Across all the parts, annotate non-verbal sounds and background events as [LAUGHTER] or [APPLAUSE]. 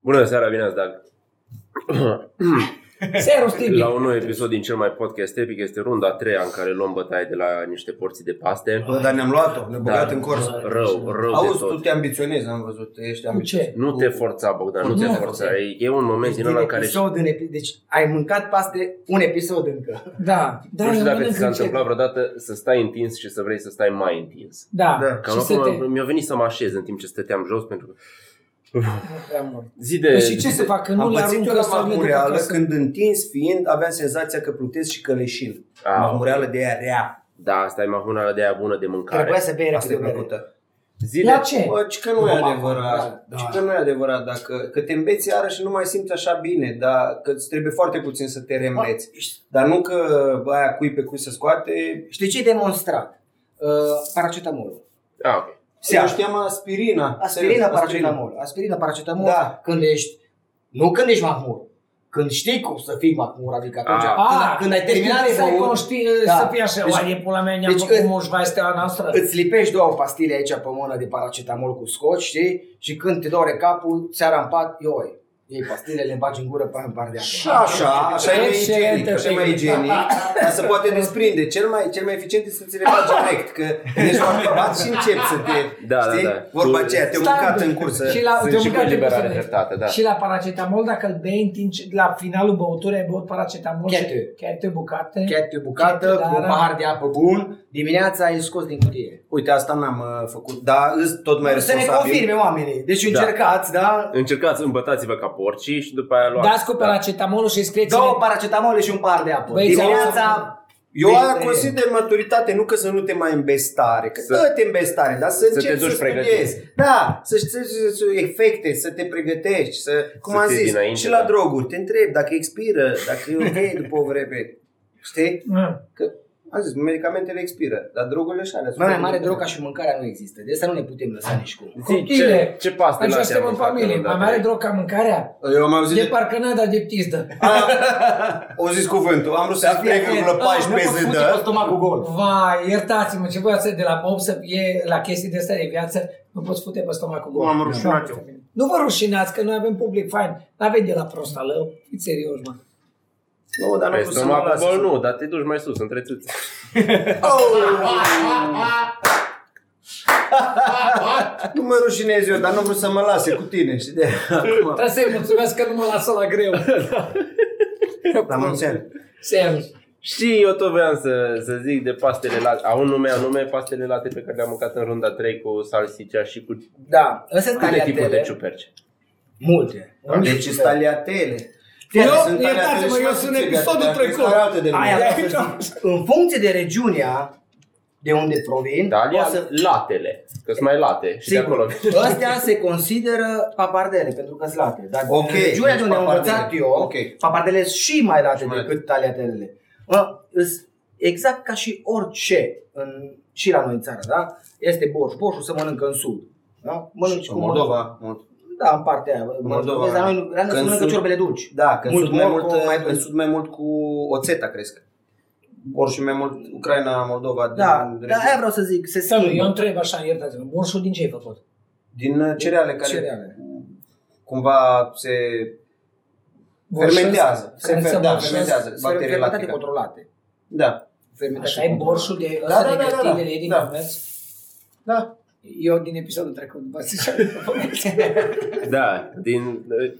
Bună seara, bine ați dat! Serus, Tibi! La un nou episod din cel mai podcast epic este runda a treia în care luăm bătaie de la niște porții de paste. Bă, dar ne-am luat-o, ne-am băgat Da. în cors. Rău, rău de Auzi, tu tot. te ambiționezi, am văzut, ești Cu ambiționat. ce? Nu te forța, Bogdan, nu te Nu. forța. E e un moment din ăla în care... episod în epi- Deci ai mâncat paste un episod încă. Da. da Nu știu eu dacă ți s-a mănânc încet. întâmplat vreodată să stai întins și să vrei să stai mai întins. Da. Da. Cam Și să te... acum mi-a venit să mă așez în timp ce stăteam jos pentru că... Nu prea mult. Păi Zi de... și ce să fac? Că nu Am le pățit eu aruncă la sau le duc mahmureală acasă? când întins fiind aveam senzația că plutesc și că leșin. Au. Mahmureală de aia rea. Ah, Da, asta e mahuna de aia bună de Trebuia mâncare. să bei Asta e repede. o bere. plăcută. Zi de... La ce? Bă, ci că nu e Mama, adevărat. da, Ci da. că nu e adevărat. Dacă, că te îmbeți iară și nu mai simți așa bine, dar că îți trebuie foarte puțin să te remleți. Dar nu că bă, aia cui pe cui se scoate. Știi ce e demonstrat? Uh, paracetamolul. Ah, ok. Eu Seara. știam aspirina. Aspirina, paracetamol. Aspirina, paracetamol Da. când ești, nu când ești mahmur, când știi cum să fii mahmur, adică atunci, Ah. când, când ai terminat deci de să ai băut, conști, Da. să fii așa, Deci- oare e pula mea, ne-am deci făcut îți- moș vaistea noastră. îți lipești două pastile aici pe mână de paracetamol cu scoci, știi? Și când te dore capul, seara în pat, ioi, iei pastilele, le bagi în gură până în bar de apă. Și așa, așa e mai Excelentă igienic, așa e mai tehnică. igienic, dar se poate desprinde. Cel mai, cel mai eficient este să ți le faci direct, că ești masturbat și începi să te, Da, da, știi, da. vorba Tu- aceea, te-ai Standard. urcat în cursă. Și la, Sunt te-ai și cu urcat în eliberare cursă. dreptate, da. Și la paracetamol, dacă îl bei în timp ce- la finalul băuturii, ai băut paracetamol Chiar și tu. chiar te bucate. Chiar te bucată, Chiar te cu un dară. pahar de apă bun, dimineața ai scos din cutie. Uite, asta n-am uh, făcut, dar îs tot mai Să ne responsabil. confirme oamenii. Deci încercați, da? Încercați, îmbătați-vă ca porcii și după aia luați... Da. Dați cu paracetamolul și scrieți-ne. Două paracetamole și un pahar de apă. Băi, Dimineața... Eu aia vegetarian. consider maturitate, nu că să nu te mai îmbestare, că Să- să te îmbestare, dar să, te începi duci să pregătit. studiezi. Da, să știi să- să- efecte, să te pregătești, să, cum Să am fii zis, dinainte, și la da. droguri, te întrebi dacă expiră, dacă e ok după o vreme, știi? Mm. Că, am zis, medicamentele expiră, dar drogurile și alea. sunt Mai mare foarte drog ca și mâncarea nu există. De asta nu ne putem lăsa nici cum. Zi, Copile, ce, ce paste Așa luați suntem în familie. Mai da. mare drog ca mâncarea? bune. Eu am auzit, E de, parcă n-a dat de ptizdă. au zis cuvântul, am vrut să zic 3,14 Nu poți zândă. stomacul gol. Vai, iertați-mă, ce voia să de la pop să e la chestii de astea de viață, nu poți fute pe stomacul gol. M-am rușinat Da. eu. Nu vă rușinați că noi avem public fain. N-avem de la prosta lău. Fiți serios, mă. Nu, dar nu Oh! Pe pot să mă stomacul las. gol nu, dar te duci mai sus, între țâțe. Nu mă rușinez eu, dar nu vreau să mă lase cu tine, știi de acum. Trebuie să-i mulțumesc că nu mă lasă la [LAUGHS] greu. La mulți ani. Serios. Și eu tot voiam să, să zic de pastele late. Au un nume anume, pastele late pe care le-am mâncat în runda 3 cu salsicea și cu Da, ăsta sunt câte tipuri de tagliatele. ciuperci. Multe. Deci sunt taliatele. Eu, iertați-mă, eu sunt episodul trecut. Aia, da. Aia, vreau să știi. în funcție de regiunea de unde provin, Italia, poate să- latele, că sunt mai late și de acolo. Sigur. Astea se consideră papardele, pentru că sunt late. Dar Ok, okay, în regiunea deci de unde am papardele. învățat eu, Ok. papardele sunt și mai late mai decât taliatelele. Bă, îs exact ca și orice în, și la noi în țară, da? Este borș. Borșul se mănâncă în sud. Da? Mănânci cu Moldova. Da, în partea aia. Moldova, Vezi, la noi, da. la noi Că se în mănâncă sud- ciorbele dulci. Da, că în sud mai mult, morcov, mai, dulci. în sud mai mult cu oțeta cresc. Ori și mai mult Ucraina, Moldova, din, Da, din- dar aia vreau să zic, se Să nu, eu schimbă. întreb așa, iertați-mă, borșul din ce ai făcut? din uh, cereale care Cereale. cumva se fermentează. Se Care să fer, da, borșesc. fermentează. Bacteriile Fermentate lactice. controlate. Da. Așa Fermentate ai controlate. borșul de Da, ăsta da, de da, da, gătinile da. ei din Da. comerț? Da. Eu din episodul trecut, vă ziceam. [LAUGHS] Da, din eh,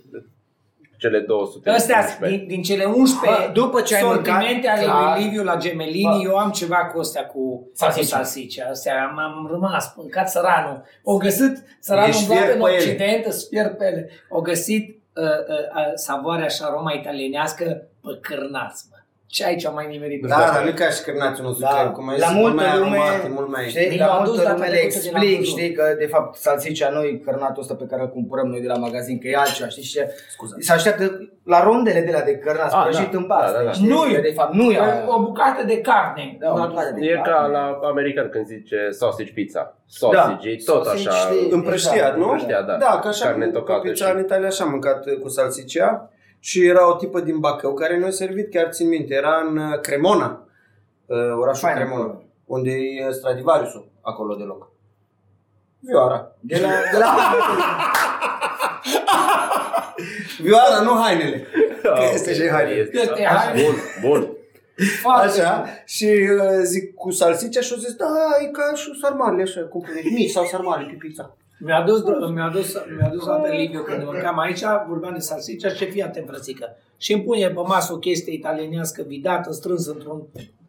cele 200. Astea, din, din cele 11 Bă, după ce ai sortimente mâncat, ale clar. lui Liviu la Gemelini, Bă. eu am ceva cu astea cu salsice. Salsicea. salsice. Astea am, am rămas, mâncat săranul. O găsit, săranul Ești doar fier în pe ele. Occident, îți pierd pe ele. O găsit uh, uh, uh, savoarea și aroma italienească pe cârnați, mă. Ce aici am mai nimerit? Da, dar nu e ca și cârnațul nostru, Da, că cum ai la zis, mult multă mai lume, aromat, mult mai... știi, Eu la am dus multă data lume le trecută de la explic, Buzău. știi, că de fapt salsicea noi, cărnatul ăsta pe care îl cumpărăm noi de la magazin, că e altceva, știi, și Scuze. se așteaptă la rondele de la de cărnați, Ah, prăjit da. în paste, Da, da, da. știi, Nu-i. că de fapt nu e aia. Păi, O bucată de carne. Da, o Da, bucată de E carne. ca la american când zice sausage pizza. Sausage, e tot Sausage, așa. știi, Exact, Împrăștiat, nu? Împrăștiat, da. Da, că așa Carne Carne tocată pizza și- în Italia așa am mâncat uh, cu salsicea și era o tipă din Bacău care ne-a servit, chiar țin minte, era în uh, Cremona, uh, orașul Fain, Cremona, acolo. unde e uh, Stradivariusul acolo deloc. Vioara. [LAUGHS] De la, de la, Vioara, nu hainele. Că este și hainele. Ah, da, Este, Este așa, haine. Bun, bun. Faci. Așa, și uh, zic cu salsicea și au zis, da, e ca și sarmale așa, cum pune, mici sau sarmale pe pizza. Mi-a dus, mi-a dus, mi-a dus altă Liviu când mâncam aici, vorbeam de salsicea și fii atent frățică. Și îmi pune pe masă o chestie italienească vidată, strânsă într-un...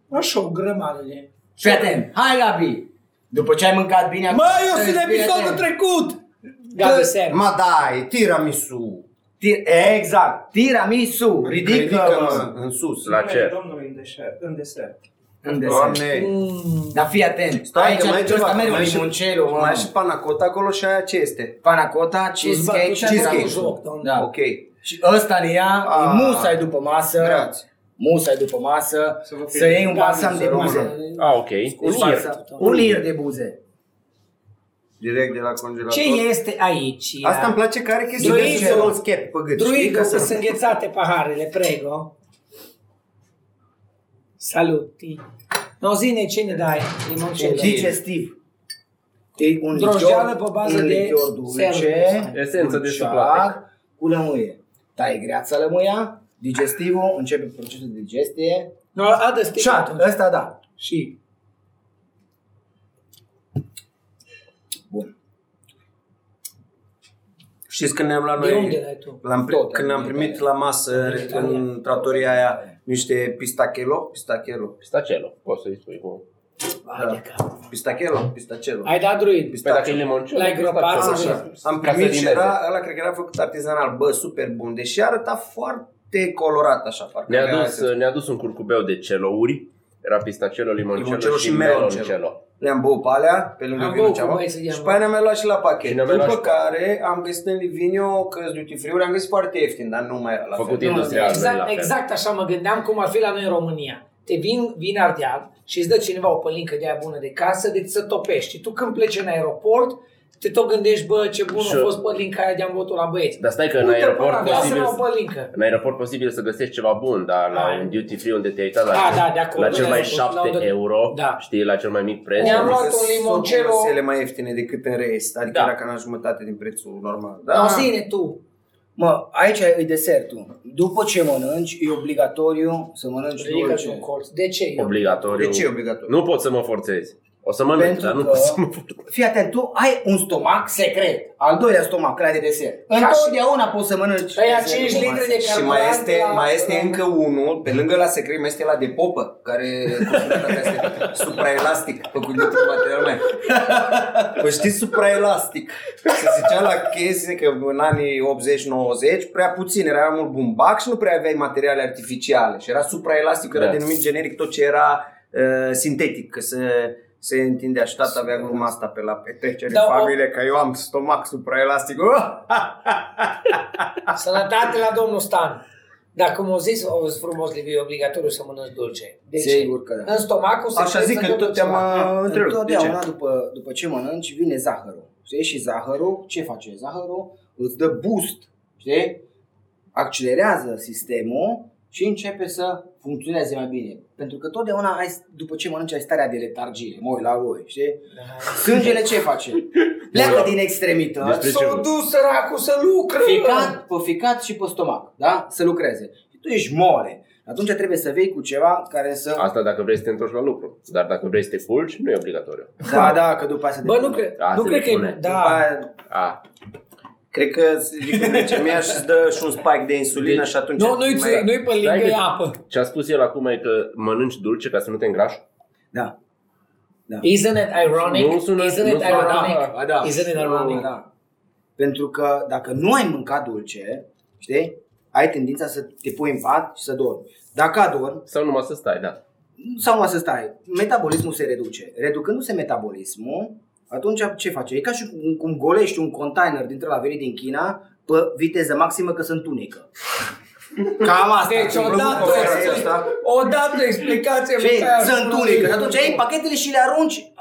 Așa o grămadă de... Fii atent, hai Gabi! După ce ai mâncat bine... Mă, acum eu stai, sunt fii episodul atent. trecut! Gata, ser. Ma dai, tiramisu. Ti- Exact, tiramisu, ridică, Ridică-mă ridică în sus. La ce? Domnului în desert. În desert. în desert. Doamne. Dar fii atent, Stai aici că mai e trebuie ceva, să mergi mai e și- limoncello, mă. Mai e și panacota acolo și aia ce este? Panacota, Tu cheesecake, ți-ai dat un cheesecake. joc, domnule. Da. Ok. Și ăsta în ea, Ah. e musai după masă, Grație. musai după masă, Să vă fie să iei un Da, balsam să de rămână. buze. A, Ah, ok. Un Ulier. lir, un lir de buze. Direct de la congelator. Ce este aici? Asta îmi place care că este Druidul. să o schep pe gât. știi? Druido, Ca că să- sunt ghețate paharele, prego. Saluti. No, zine da, ce ne dai, limoncello. Digestiv. E un Drojdeală lichior- pe bază un de lichior servus. dulce, Esență de dulceac, suplate. cu lămâie. Tai greața lămâia, digestivul, începe procesul de digestie. No, adă stic Și atunci. ăsta da. Și Bun. Știți când ne-am luat de noi... unde dai tu? L-am Tot, pri- când am în primit Italia. la masă În Italia. în tratoria aia niște pistachelo, pistachelo, Da. Pistacelo, poți să-i spui. Păi cum. Vai de cap. pistachelo, pistachelo. Ai dat druid. Păi dacă e Pistachio. limoncello, L-ai gropat pistacelo. sau Așa. Am Ca primit să și rimeze. era, ăla cred că era făcut artizanal, bă, super bun, deși arăta foarte colorat așa. Parcă Ne-a avea dus, ne-a dus un curcubeu de celouri. Era pistacelo, limoncello Limoncello și și meloncello. Le-am băut pe alea, pe lângă Am vinul băut cu ceava. băieții de Și am pe aia ne-am mai luat și la pachet. Și ne-am mai După luat și pe- care am găsit în Livinio că duty free am găsit foarte ieftin, dar nu mai era la Făcut fel. industrial, nu-i la Exact, fel. exact așa mă gândeam cum ar fi la noi în România. Te vin, vin Ardeal și îți dă cineva o pălincă de aia bună de casă, deci să topești. Și tu când pleci în aeroport, te tot gândești, bă, ce bună Și- a fost pălinca aia de-am băut la băieți. Dar stai că în Uite, păi, aeroport până la posibil lasă-mă să- o pălincă. În aeroport posibil să găsești ceva bun, dar la Hai. un duty free unde te-ai uitat la, Da, da, de acord, la cel la mai aeroport, 7 la unde- euro, Da. știi, la cel mai mic preț. Ne-am am luat zis, un limoncello. Sunt ele mai ieftine decât în rest, adică Da. era ca la jumătate din prețul normal. Da. Da, zine tu. Mă, aici e desertul. După ce mănânci, e obligatoriu să mănânci Ridică un dulce. colț. De ce? eu? Obligatoriu. De ce e obligatoriu? Nu pot să mă forțez. O să mănânc, Pentru dar nu că- pot să mă forțez. Fii atent, tu ai un stomac secret. Al doilea stomac, care de desert. Întotdeauna poți să mănânci. Ăia desertul 5 cu litri masă. de Și carburant mai este, la- mai este la- încă unul, pe lângă la secret, mai este la de popă, care cu este supraelastic, făcut dintr-un material mai. Păi știți supraelastic? Se zicea la chestii că în anii 80-90 prea puțin, era mult bumbac și nu prea aveai materiale artificiale și era supraelastic, era Da. denumit generic tot ce era uh, sintetic, că se, se întindea și tata avea gluma asta pe la petrecere Da, da, o- familie, că eu am stomac supraelastic. Uh, Sănătate la domnul Stan. Dacă m-au zis, au zis frumos, Liviu, e obligatoriu să mănânci dulce. De ce? Sigur că da. În stomacul se Așa zic că tot te-am uh, întrebat. De ce? Întotdeauna după, după ce mănânci vine zahărul. Știi? Și zahărul, ce face zahărul? Îți dă boost, știi? Accelerează sistemul și începe să funcționeze mai bine. Pentru că totdeauna ai, după ce mănânci ai starea de letargie, mă uit la voi, știi? Sângele ce face? Pleacă din extremități, Despre ce S-o vorbim? dus săracul să lucră. ficat, pe ficat și pe stomac, da? Să lucreze. Și tu ești mole. Atunci trebuie să vei cu ceva care să... Asta dacă vrei să te întorci la lucru. Dar dacă vrei să te culci, nu e obligatoriu. Da, da, că după asta... Bă, nu cred, Da, nu se cred că e... depune. Da. A, Cred că [LAUGHS] îți ridică glicemia și îți dă și un spike de insulină Deci- și atunci... Nu, nu-i, mai- nu-i pe lângă, Stai că- e apă. ce a spus el acum e că mănânci dulce ca să nu te îngrași. Da. Isn't it ironic? Nu sună- Isn't nu it sună- ironic? Ba da. Isn't it ironic? Da. Pentru că dacă nu ai mâncat dulce, știi, ai tendința să te pui în pat și să dormi. Dacă adormi, Sau numai să stai, da. sau numai să stai, metabolismul se reduce. Reducându-se metabolismul, atunci ce face? E ca și cum, cum golești un container dintre la venit din China pe viteză maximă că se [LAUGHS] întunecă. Cam asta. Deci Îmi plăcut odată povestea explic- asta. odată explicație. Și mă, ca- se întunecă. Și atunci iei pachetele și le arunci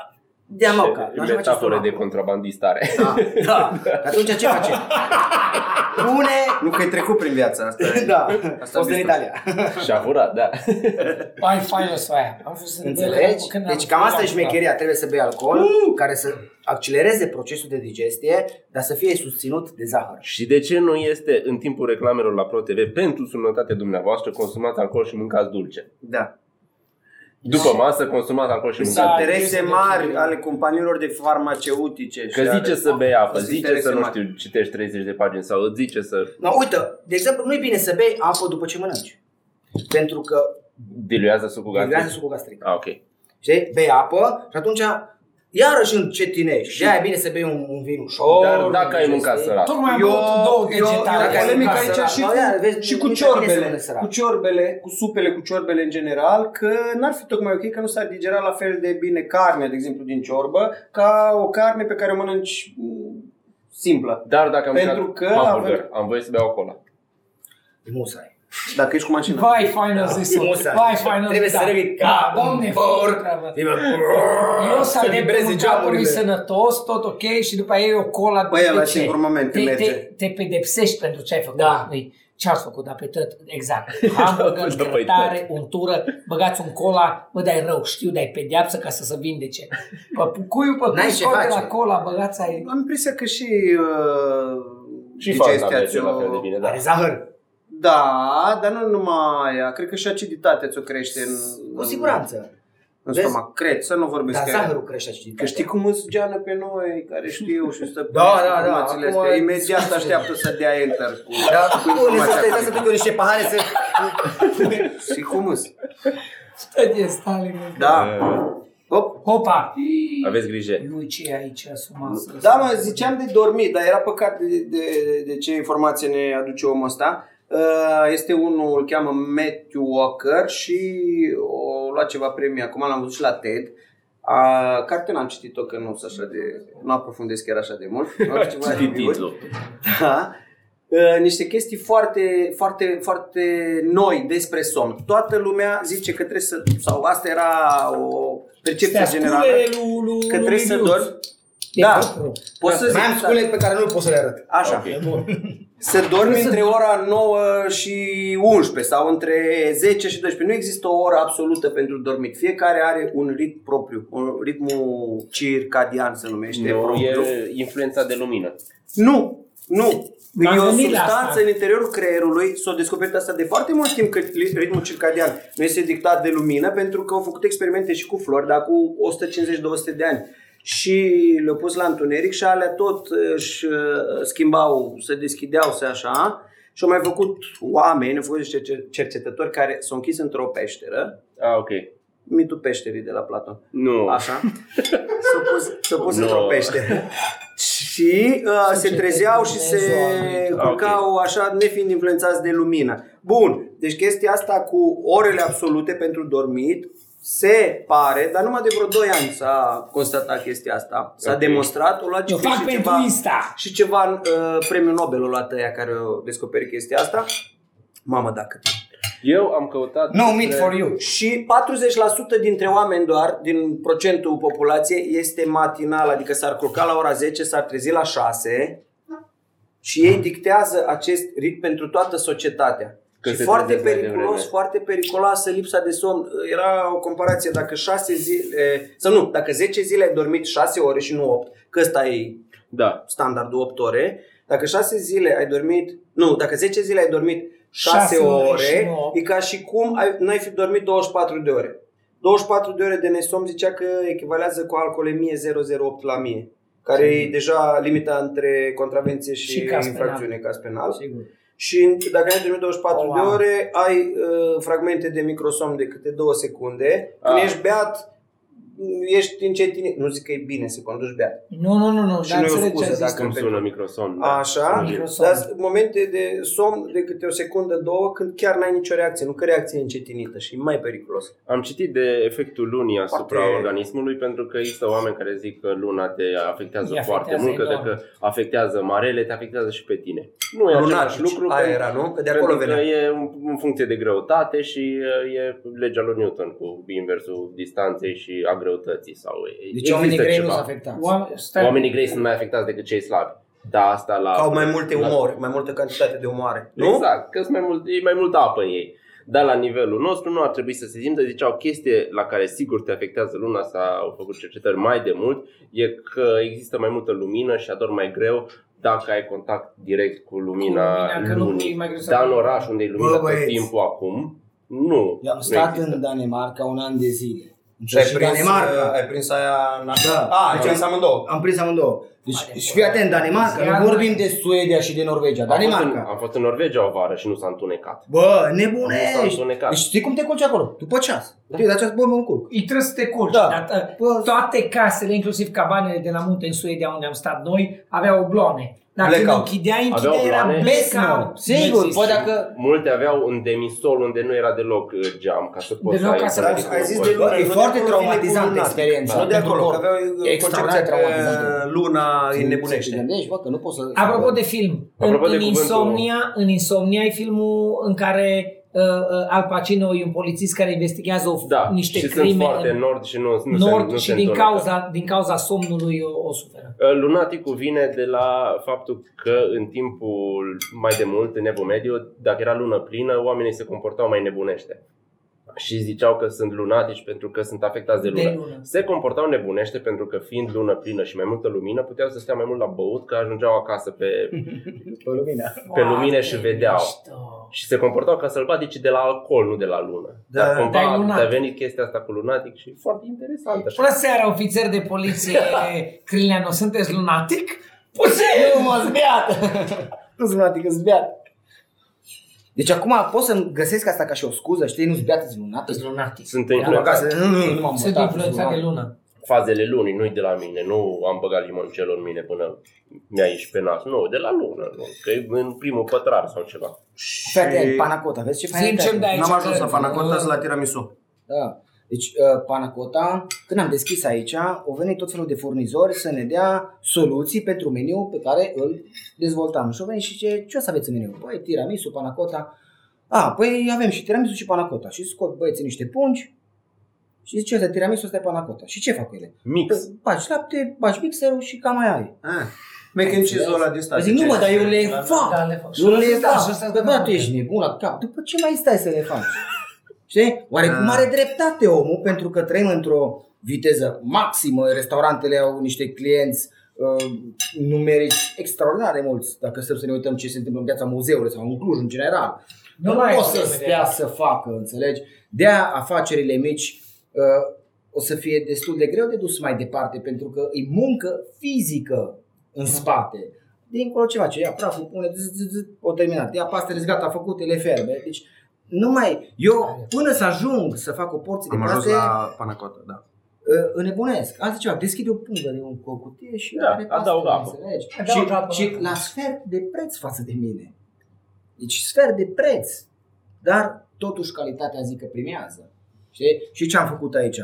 de amoca. Nu Ce așa face Metaforă de stomacul. contrabandistare. Da, da. Atunci ce face? Pune... Nu că ai trecut prin viața asta. e. Da, Asta o să în am Italia. Și a furat, da. Ai faină să aia. Am fost în Belea, Înțelegi? când am Deci cam asta e furat, da. șmecheria. Trebuie să bei alcool care să accelereze procesul de digestie, dar să fie susținut de zahăr. Și de ce nu este în timpul reclamelor la Pro TV pentru sănătatea dumneavoastră consumați alcool și mâncați dulce? Da. După masă consumați alcool și Da, mâncați dulce. Interese este mari definitiv. ale companiilor de farmaceutice. și Că ale- zice să bei apă, Sunt zice interese să nu mari. știu, citești 30 de pagini sau îți zice să No, uite, de exemplu, nu e bine să bei apă după ce mănânci. Pentru că diluează sucul vibrează gastric. sucul gastric. Ah, ok. Știi? Bei apă și atunci iarăși încetinești. De-aia e bine să bei un, un vin ușor. Dar Oh, dacă ai mâncat știi? sărat. Tocmai am Eu- băut două eu- da. degetare. dacă ai polemica mâncat aici sărat, și no, cu- iar, vezi, Și cu nu e bine să ciorbele, mănânci sărat. cu ciorbele, cu supele, cu ciorbele în general, că n-ar fi tocmai ok că nu s-ar digera la fel de bine carnea, de exemplu, din ciorbă, ca o carne pe care o mănânci mm, simplă. Dar dacă am Pentru mâncat că hamburger, avem- am voie să beau o cola. E Musai. Dacă ești cu mașina. Vai, faină zis Musai. Vai, faină da. Trebuie zis să râi ca Da, Doamne, un fără porc. treabă. Trebuie Eu să să adept vibreze mâncatul e geamurile. sănătos, tot ok, și după aia e o cola. Băi, De ăla e ce? singurul moment te, când merge. te, te pedepsești pentru ce ai făcut. Da. Nu-i Ce ați făcut, dar pe tot, [LAUGHS] exact. Hamburger, Da, păi, grătare, untură, băgați un cola, bă, dai rău, știu, dai pedeapsă ca să se vindece. Pă, pucuiul, pă, N-ai cum ce scot de face. la cola, băgați ai... Am impresia că și uh, Și digestia fanta merge ți-o- la fel de bine, da. Are zahăr. Da, dar nu numai aia. Cred că și aciditatea ți-o crește în, Cu siguranță. în Vezi? stomac. Cred, să nu vorbesc Dar că- zahărul crește aciditatea. Că știi cum îți geană pe noi, care știu și stăpânește Da, da, da. informațiile Acum astea. ai- Imediat așteaptă să dea enter cu, Da, cu bune, să stai, informația. stai să duc eu niște pahare să... Și cum îți? Stă de Stalin. Da. Hop. Hopa! uh, Aveți grijă. Lui ce e aici asumat? Da, mă, ziceam de dormit, dar era păcat de, de, de ce informație ne aduce omul ăsta. Uh, Este unul, îl cheamă Matthew Walker și o lua ceva premii acum, l-am văzut și la TED. A, cartea n-am citit-o că nu sunt așa de... Nu aprofundez chiar așa de mult. Am luat ceva Citit review-uri. titlul. da, Uh, niște chestii foarte, foarte, foarte noi despre somn. Toată lumea zice că trebuie să, sau asta era o percepție generală, că trebuie să dormi. Da, poți să Mai am zic, da. scule pe care nu pot să le arăt. așa, Ok. să dormi între ora 9 și 11 sau între 10 și 12. Nu există o oră absolută pentru dormit. Fiecare are un ritm propriu, un ritmul circadian se numește. Nu, propriu. e influența de lumină. Nu, nu. M-am e o gândit la substanță asta. în interiorul creierului, s-a descoperit asta de foarte mult timp că ritmul circadian nu este dictat de lumină pentru că au făcut experimente și cu flori, dar cu 150-200 de ani și le-au pus la întuneric și alea tot uh, își uh, schimbau, se deschideau, se așa și au mai făcut oameni, au făcut niște cer- cercetători care s-au închis într-o peșteră, Ah, ok. mitul peșterii de la Platon. Nu. [LAUGHS] Așa. S-a pus, s-a pus No. într-o peșteră. Și uh, se trezeau și se culcau așa, nefiind influențați de lumină. Bun, deci chestia asta cu orele absolute pentru dormit se pare, dar numai de vreo 2 ani s-a constatat chestia asta. S-a Ok. demonstrat, o luat Eu și fac pentru ceva, Insta. și ceva uh, premiul Nobel o luat ăia care o descoperi chestia asta. Mamă, dacă Eu am căutat... No meat for you. și 40% dintre oameni doar, din procentul populației, este matinal, adică s-ar culca la ora 10, s-ar trezi la 6 și ei dictează acest ritm pentru toată societatea. Că și se foarte trezesc mai periculos, devreme. foarte periculoasă lipsa de somn. Era o comparație, dacă 6 zile, sau nu, dacă 10 zile ai dormit 6 ore și nu 8, că ăsta e Da. standardul 8 ore, dacă 6 zile ai dormit, nu, dacă 10 zile ai dormit 6, Șase ore și ore, nu opt. e ca și cum ai, n-ai fi dormit 24 de ore. 24 de ore de nesomn zicea că echivalează cu alcoolemie 008 la 1000, care e deja limita între contravenție și, Și caz penal. infracțiune caz penal. Sigur. Și dacă ai dormit 24 Oh, de wow. ore, ai uh, fragmente de microsomn de câte 2 secunde. Când Ah. ești beat, ești încetinit. Nu zic că e bine să conduci beat. Nu, nu, nu, nu. Și dar nu e o înțeleg ce scuză ai zis. dacă- Cum sună microson. da. Așa, Microsomn. dar sunt momente de somn de câte o secundă, două, când chiar n-ai nicio reacție, nu că reacție e încetinită și e mai periculos. Am citit de efectul lunii asupra Foarte- organismului pentru că există oameni care zic că luna te afectează Îi foarte afectează mult, că enorm. dacă afectează marele, te afectează și pe tine. Nu e același lucru, aia pentru- era, nu? Că de acolo pentru că venea. e în- în funcție de greutate și uh, e legea lui Newton cu inversul distanței și a greutății sau Deci oamenii există grei nu ceva. sunt afectați. Oameni, stai, Oamenii grei sunt mai afectați decât cei slabi. Da, asta la... Că au mai multe la- umori, mai multă cantitate de umoare. Nu? Exact, că sunt mai mult, e mai multă apă în ei. Dar la nivelul nostru nu ar trebui să se simtă, ziceau chestie la care sigur te afectează luna, s-au făcut cercetări mai de mult, e că există mai multă lumină și ador mai greu dacă ai contact direct cu lumina, Lumina, că nu e lunii. mai greu să- Dar în oraș unde e lumină Bă, tot băieți. timpul acum, nu. Eu am nu stat există. în Danemarca un an de zile. Și ai Și prins, Danemarca. uh, ai prins aia... Na... Da. A, ai Deci prins am- amândouă. Am prins amândouă. Deci, și fii atent, Danemarca, Iar- nu vorbim de Suedia și de Norvegia, Am fost, în, Danemarca. am fost în Norvegia o vară și nu s-a întunecat. Bă, S-a nebunești! întunecat. Deci știi cum te culci acolo? După ceas. Da. După ceas, bă, mă încurc. Îi trebuie să te culci. Da. Dar, tă- Bă, toate casele, inclusiv cabanele de la munte în Suedia unde am stat noi, aveau obloane. Dar când Blackout. închideai, Aveau închideai era obloane? Mesmo, blackout. sigur, Există. bă, dacă... Multe aveau un demisol unde nu era deloc uh, geam ca să poți Deloc să ca ai să internet poți- cu Ai zis corpul. de lună. E nu foarte de acolo, traumatizantă vine cu lunastic. experiența. Nu de acolo, că Pentru aveau corp. concepția Extraordinar că traumatizantă. luna îi Te nebunește. gândești, bă, că nu poți să... Apropo de film, Apropo în, de în, cuvântul- insomnia, în Insomnia e filmul în care uh, uh, Al Pacino e un polițist care investigează o, Da, niște și crime sunt foarte în nord și nu, nu nord se, nu și se din întunecă. cauza, din cauza somnului o, o suferă. Lunaticul vine de la faptul că în timpul mai de mult, în evul mediu, dacă era lună plină, oamenii se comportau mai nebunește. Și ziceau că sunt lunatici pentru că sunt afectați de lună. De lună. Se comportau nebunește pentru că fiind lună plină și mai multă lumină, puteau să stea mai mult la băut, că ajungeau acasă pe... Mhm. Pe lumina. Pe lumine și Foarte vedeau. mișto. și se comportau ca sălbatici de la alcool, nu de la lună. Da, Dar da, e cumva lunatic. a venit chestia asta cu lunatic și e foarte interesantă. Bună seara, ofițer de poliție Crileanu, sunteți lunatic? Puse! Nu mă zbeat! nu sunt lunatic, sunt beat. Deci acum pot să-mi găsesc asta ca și o scuză, știi, nu-s beat, sunt lunatic. Sunteți lunatic. Sunt Am influențați acasă, nu, nu, nu m-am Sunt mutat, influențat de lună. fazele lunii, nu-i de la mine, nu am băgat limoncelul în mine până mi-a ieșit pe nas, nu, de la lună, nu, că e în primul pătrar sau ceva. Fete, panacota, vezi ce fain e Sincer, tare? da, aici N-am ajuns că- la Fanacontas la tiramisu. Da. Deci, uh, Panacota, când am deschis aici, au venit tot felul de furnizori să ne dea soluții pentru meniu pe care îl dezvoltam. Și au venit și ce, ce o să aveți în meniu? Păi, tiramisu, panacota. A, păi avem și tiramisu și panacota. Și scot băieții niște pungi și zice, de tiramisu ăsta e panacota. Și ce fac cu ele? Mix. Păi, Baci lapte, baci mixerul și cam mai ai. Ah. Mac and cheese-ul ăla din stat. Zic, nu mă, dar eu le Da, fac. le fac. Nu le Da, și astea fac. Bă, sunt bă, tu ești nebun la cap. După ce mai stai să le faci? Știi? Oarecum Da. are dreptate omul, pentru că trăim într-o viteză maximă. Restaurantele au niște clienți uh, numerici extraordinar de mulți. Dacă stăm să ne uităm ce se întâmplă în piața muzeului sau în Cluj în general. Nu Nu, nu mai pot este să vreme de stea aia. să facă, înțelegi? De-aia afacerile mici uh, o să fie destul de greu de dus mai departe, pentru că e muncă fizică în spate. Dincolo ceva ce ia praful, pune, zi, zi, zi, o terminat. Ia pastele gata, făcute, le ferbe. Deci nu mai, eu până să ajung să fac o porție de Am ajuns paste, la... la Panacota, da. înnebunesc. Asta ceva, deschide o pungă de un cu o cutie și Da, are paste, adaugă apă. înțelegi? Adaugă apă. Și, și la sfert de preț față de mine. Deci sfert de preț, dar totuși calitatea zic că primează. Știi? Și ce am făcut aici?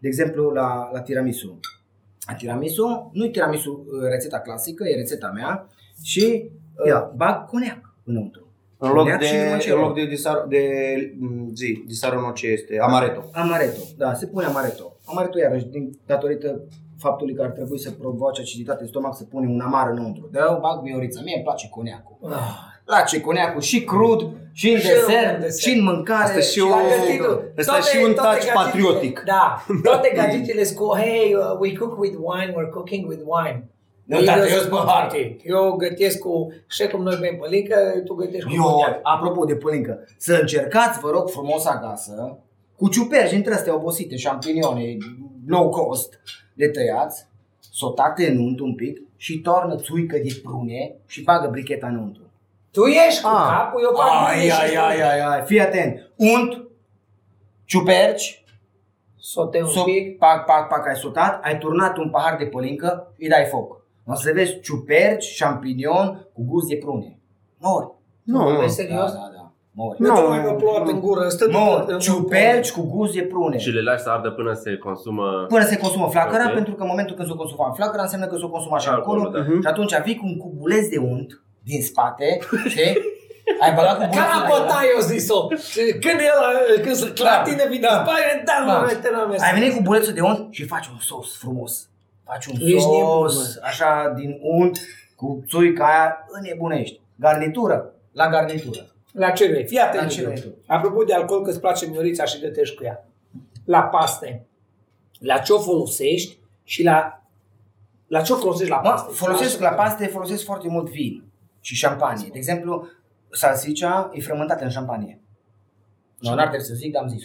De exemplu, la, la tiramisu. La tiramisu, nu e tiramisu uh, rețeta clasică, e rețeta mea și uh, Ia. bag coniac înăuntru. În loc Coniac și de, limoncello. în loc de, disar, de m, mm, zi, disarul ce este, amaretto. Amaretto, da, se pune amaretto. Amaretto iarăși din datorită faptului că ar trebui să provoace aciditate în stomac, să pune un amar înăuntru. Dar eu bag miorița, mie îmi place coniacul. Ah. Place coniacul și crud, și în Și desert, în desert. și în mâncare. Asta și la o- gătitul. Ăsta Toate- și un toate touch gadgetele- patriotic. Da, toate gadgetele sco, hey, uh, we cook with wine, we're cooking with wine. Nu, tată, eu sunt pe party. Eu gătesc cu, știi cum noi bem pălică, tu gătești cu Eu, coniac. apropo de pălincă, să încercați, vă rog frumos, acasă, cu ciuperci dintre astea obosite, șampinione, low cost, de tăiați, sotate în unt un pic și toarnă țuică de prune și bagă bricheta înăuntru. Tu ești cu Ah. capul, eu fac Ai, mâine și ai, tu. ai, ai, ai, fii atent. Unt, ciuperci, Sote un so, pic. pac, pac, pac, ai sotat, ai turnat un pahar de pălincă, îi dai foc. O să vezi ciuperci, șampinion cu gust de prune. Mori. Nu, nu. Vezi serios? Da, da, da. Mori. Nu, Nu. mai mă plouat în gură, stă Mori. ciuperci. Ciuperci cu gust de prune. Și le lași să ardă până se consumă Până se consumă flacăra, Ok. pentru că în momentul când s-o consumă flacăra, înseamnă că s-o consumă și Mhm. Alcoolul, alcoolul. da. Și atunci vii cu un cubuleț de unt din spate, știi? Ai băgat cu Ca la buțurile, da? bătaie, eu zis-o. Când el, când se clatine, vine da. spate, da, Da. mă, te n-am mers. Ai venit cu bulețul de unt și faci un sos frumos. Faci un Tu ești nebun, sos așa din unt cu țuica aia, înnebunești. Garnitură, la garnitură. La ce vrei? Fii atent. La ce ce vrei. vrei. Apropo de alcool, că îți place miorița și gătești cu ea. La paste. La ce o folosești și la... La ce o folosești la Mă, paste? folosesc la paste, folosesc foarte mult vin și șampanie. De exemplu, salsicea e frământată în șampanie. Nu, n-ar trebui să zic, dar am zis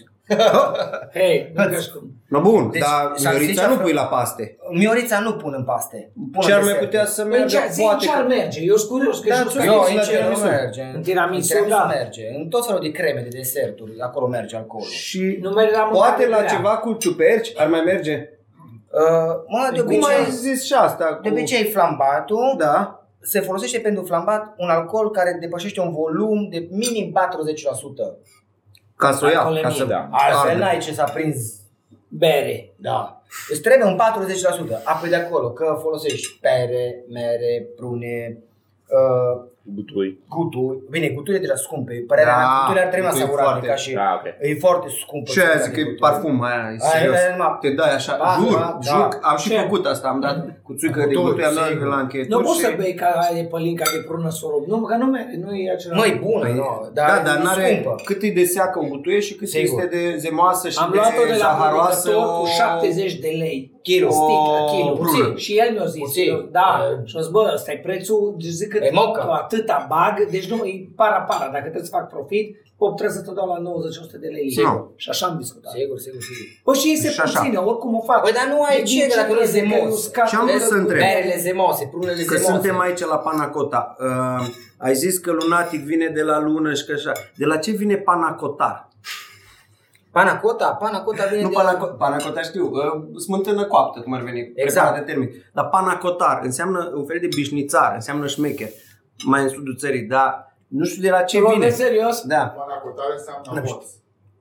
Hei, nu crezi cum. No bun, Deci, deci, dar s-ar zice Miorița nu că- pui la paste. Miorița nu pun în paste. Pun Ce în ar mai desert. putea să În meargă? ce, Păi, zi, în Poate ce ar că... merge? Eu sunt curios că Da, ești tu un ai- Eu, Aici, în la ce tiramisu. nu merge. În În tiramisu, tiramisu da. merge. În tot felul de creme, de deserturi, acolo merge alcoolul. Și Nu merge la poate mâncare la de rea. ceva cu ciuperci ar mai merge? Uh, mă, de Cum obicei, ai zis și asta? Cu... de obicei flambatul Da. se folosește pentru flambat un alcool care depășește un volum de minim 40%. Ca să o ia, ca Alcoolemie. să da. Altfel n-ai ce să aprinzi. Bere. Da. Îți trebuie un 40% apă de acolo, că folosești pere, mere, prune, uh, Butui. guturi. Bine, guturile deja scumpe. Părerea Da, mea, guturile ar trebui mai guturii savurate foarte- ca și... Da, ok. E foarte scumpă. Ce aia scumpă zic, că de e guturi. parfum aia, e serios. Aia, aia, aia, Te dai așa, Da, jur, da, da. jur, am și Ce? făcut asta, am dat cu țuică de Gutui, gutui, am dat sigur. la Nu încheietură poți și... să bei ca aia de pălinca de prună sorob. Nu, că nu merge. Nu e același. Măi, bună, Păi, nu, dar, da, dar nu n-are scumpă. cât e de seacă o gutuie și cât Sigur. este de zemoasă și Am de luat-o de la zaharoasă producător cu o- 70 de lei. Kilo. O sticlă, kilo. Brună. Puțin. Și el mi-a zis. Puțin. eu, Da. E. Și am zis, bă, ăsta e prețul. Deci zic că E moca. eu atâta bag. Deci nu, e para-para. Dacă trebuie să fac profit, pop, trebuie să te dau la 90-100 de lei. Sigur. Și așa am discutat. Sigur, sigur, sigur. Bă, și Și iese așa. puține, oricum o fac. Păi, dar nu ai De ce, cinci dacă nu ore e de când zemos. uscat, Și am vrut să întreb. Berele zemoase, prunele Că zemoase. suntem aici la Panacota. Uh, ai zis că lunatic vine de la lună și că așa. De la ce vine Panacotar? Panacota, panacota vine Nu de panaco- panacota știu, uh, smântână coaptă, cum ar veni, Exact. exact. de termic. Dar panacotar înseamnă un fel de bișnițar, înseamnă șmecher, mai în sudul țării, dar nu știu de la ce Ce vine? vine. serios? Da, Panacotare înseamnă N-am știut. hoț.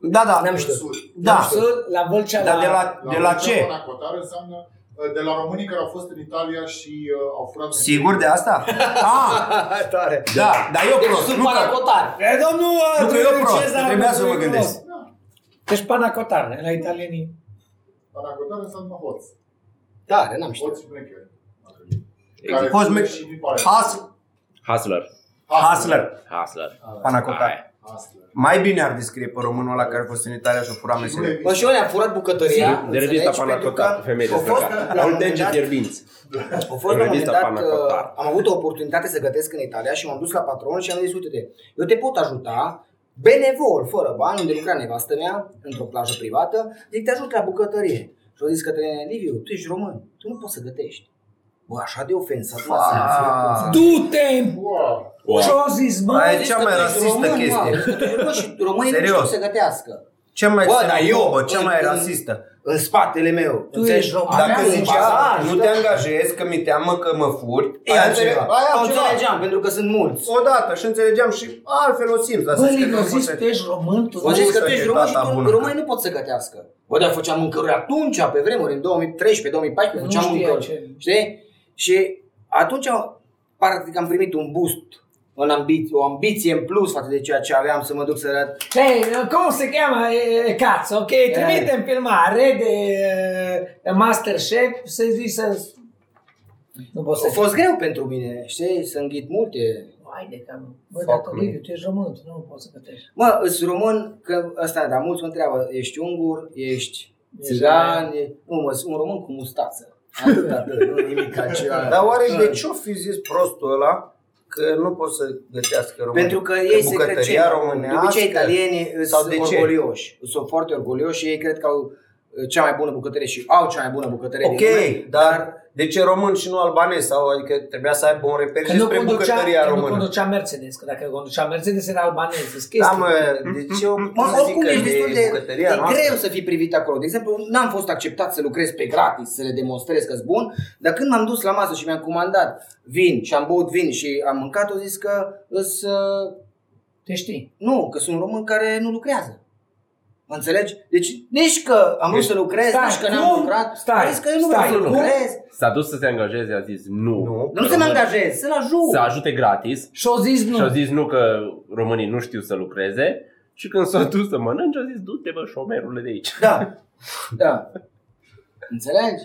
da, da, N-am știut. Da. da, Sunt La Vâlcea, dar de la, de la română, ce? Panacotare înseamnă uh, de la românii care au fost în Italia și uh, au furat Sigur de asta? [LAUGHS] Ah, la... [LAUGHS] Tare. da, dar eu Deci prost, sunt nu că, panacotari. E, domnul, nu că eu Adrian prost, Cezar, trebuia să mă domnul gândesc. Iunos. Deci panacotar, la italienii. Panacotare înseamnă hoț. Tare, n-am știut. Hoț și brecher. Există. Hoț, vine Exact. me- și din pare. Has, Hustler. hustler, Hustler. panacotar. Aia. Hustler. Mai bine ar descrie pe românul ăla care a fost în Italia și a furat Și nu le meserie. Bă, vin. și eu ne-am furat bucătăria, De revista înțelegi? Pentru că Panacotar, femei au fost descăcate. la un Au moment dege dat- fierbinți. Au fost la un moment Revista dat, Pana Cotar. uh, am avut o oportunitate să gătesc în Italia și m-am dus la patron și am zis, uite de, eu te pot ajuta, benevol, fără bani, unde lucra nevastă mea, într-o plajă privată, zic, te ajut la bucătărie. Și au zis către Liviu, tu ești român, tu nu poți să gătești. Bă, așa de ofensat m-a simțit. Ah. Du-te! Wow. Wow. Ce-o zis, mă? Aia Zici cea că mai tu ești rasistă român, chestie. mă. Zici că tu ești român și românii nu Serios. știu să gătească. Cea mai Bă, dar eu, xenofobă, cea în- mai în- rasistă. În spatele meu. Tu înțelegi? ești român. Dacă Aveam un zicea, pasaj, nu da. te angajezi, că mi teamă că mă furi, E altceva. O altceva. înțelegeam, pentru că sunt mulți. Odată și înțelegeam și altfel o simți. Dar Bă, să zici că Liviu, nu zis, poți tu ești român, tu O nu zis că să tu ești fie român și tata tu, bună. românii nu pot să gătească. Bă, dar făceam mâncăruri atunci, pe vremuri, în 2013-2014, Nu făceam știa mâncăruri. ce. Știi? Și atunci, practic, am primit un boost, un ambi- o ambiție în plus față de ceea ce aveam să mă duc să arăt. Hei, cum se cheamă? E, Cazzo, ok? Trimite în filmare de e, Masterchef să zici să... Nu pot A să... fost greu pentru mine, știi, să înghit multe. Hai de cam... Bă, dar tu, Liviu, tu ești român, tu nu poți să gătești. Mă, îți român, că asta, dar mulți mă întreabă, ești ungur, ești Ești țigan, e- nu, mă, sunt un român [LAUGHS] cu mustață. Atât, atât, nu nimic altceva. Dar oare de ce o fi zis prostul ăla că nu poți să gătească român? Pentru că ei se cred bucătăria cei De românească. obicei italienii Sau sunt de ce? orgolioși. Sunt foarte orgolioși și ei cred că au uh, cea mai bună bucătărie și au cea mai bună bucătărie Ok, din lume, dar de ce român și nu albanez? Sau adică trebuia să aibă un reper Că și nu spre conducea, Deci bucătăria că nu română. conducea Mercedes, că dacă conducea Mercedes era albanez, sunt chestii. Da, mă, de ce o Mă, să Mm-hmm. oricum zică ești destul de, de bucătăria noastră? greu să fii privit acolo. De exemplu, n-am fost acceptat să lucrez pe gratis, să le demonstrez că-s bun, dar când m-am dus la masă și mi-am comandat vin și am băut vin și am mâncat, au zis că îs, uh, Te știi. nu, că sunt român care nu lucrează. Înțelegi? Deci nici că am vrut Deci- să lucrez, Stai, nici că n-am cum? lucrat, Stai, nici că eu nu vreau stai, să cum? lucrez. S-a dus să se angajeze, a zis nu. Nu. Nu să mă angajez, să-l ajut. Să ajute gratis. Și-o zis nu. Și au zis nu că românii nu știu să lucreze. Și când s-a dus să mănânce, a zis du-te bă șomerule de aici. Da. Da. Înțelegi?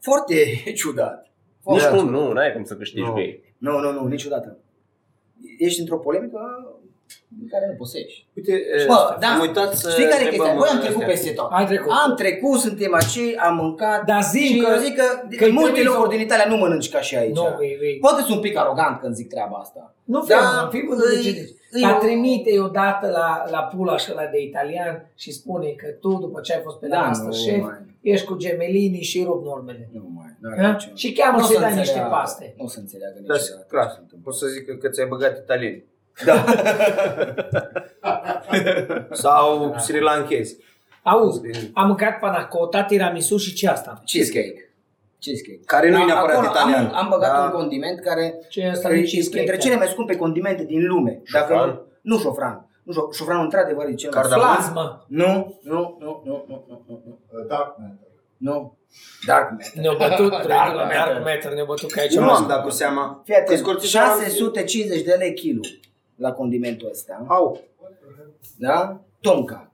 Foarte ciudat. Nici Foarte. cum, nu, n-ai cum să câștigi Nu. cu ei. Nu, nu, nu, niciodată. Ești într-o polemică din care nu poți să ieși. Uite, eh, Bă, da, am uitat să Știi care e întrebăm, chestia? Băi, am uh, trecut peste tot. Ai trecut. Am trecut, suntem aici, am mâncat. Dar zic și că- eu zic că, că că în multe trebuie locuri să- din Italia nu mănânci ca și aici. Nu, ei, ei. Poate sunt un pic arogant când zic treaba asta. Nu fi, Da, da, fi bun îi- îi- Dar trimite odată la, la pula și la de italian și spune că tu, după ce ai fost pe Da, la master nu chef, mai. ești cu gemelini și rup normele. Nu mai, nu Ha? are nicio- Și cheamă Nu să se dai înțeleagă- niște paste. Nu se înțeleagă Da, niciodată. ce se clar. întâmplă. Poți să zic că- că ți-ai băgat italieni. Da. [LAUGHS] Sau Sri Lankezi. Auzi, am mâncat panacota, tiramisu și ce asta? Cheesecake. Cheesecake. Care Păi nu e neapărat Da, Acolo italian. Am, am băgat Da. un condiment care Ce e asta? e- Nu e cheesecake, printre da. cele mai scumpe condimente din lume. Șofran? Dacă nu, nu șofran. Nu șo- șofranul într-adevăr e cel mai Cardamom? scump. Plasmă. Nu, nu, nu, nu, nu, nu, nu, nu. Dark Matter. Nu. Dark Matter. Ne-au bătut, Da, da, da, la da. Dark Matter, ne-au bătut că aici. Nu mai- am dat cu seama. Fii atent, Scorțișoara- 650 de lei kilo la condimentul ăsta. Au. Da? Tonka.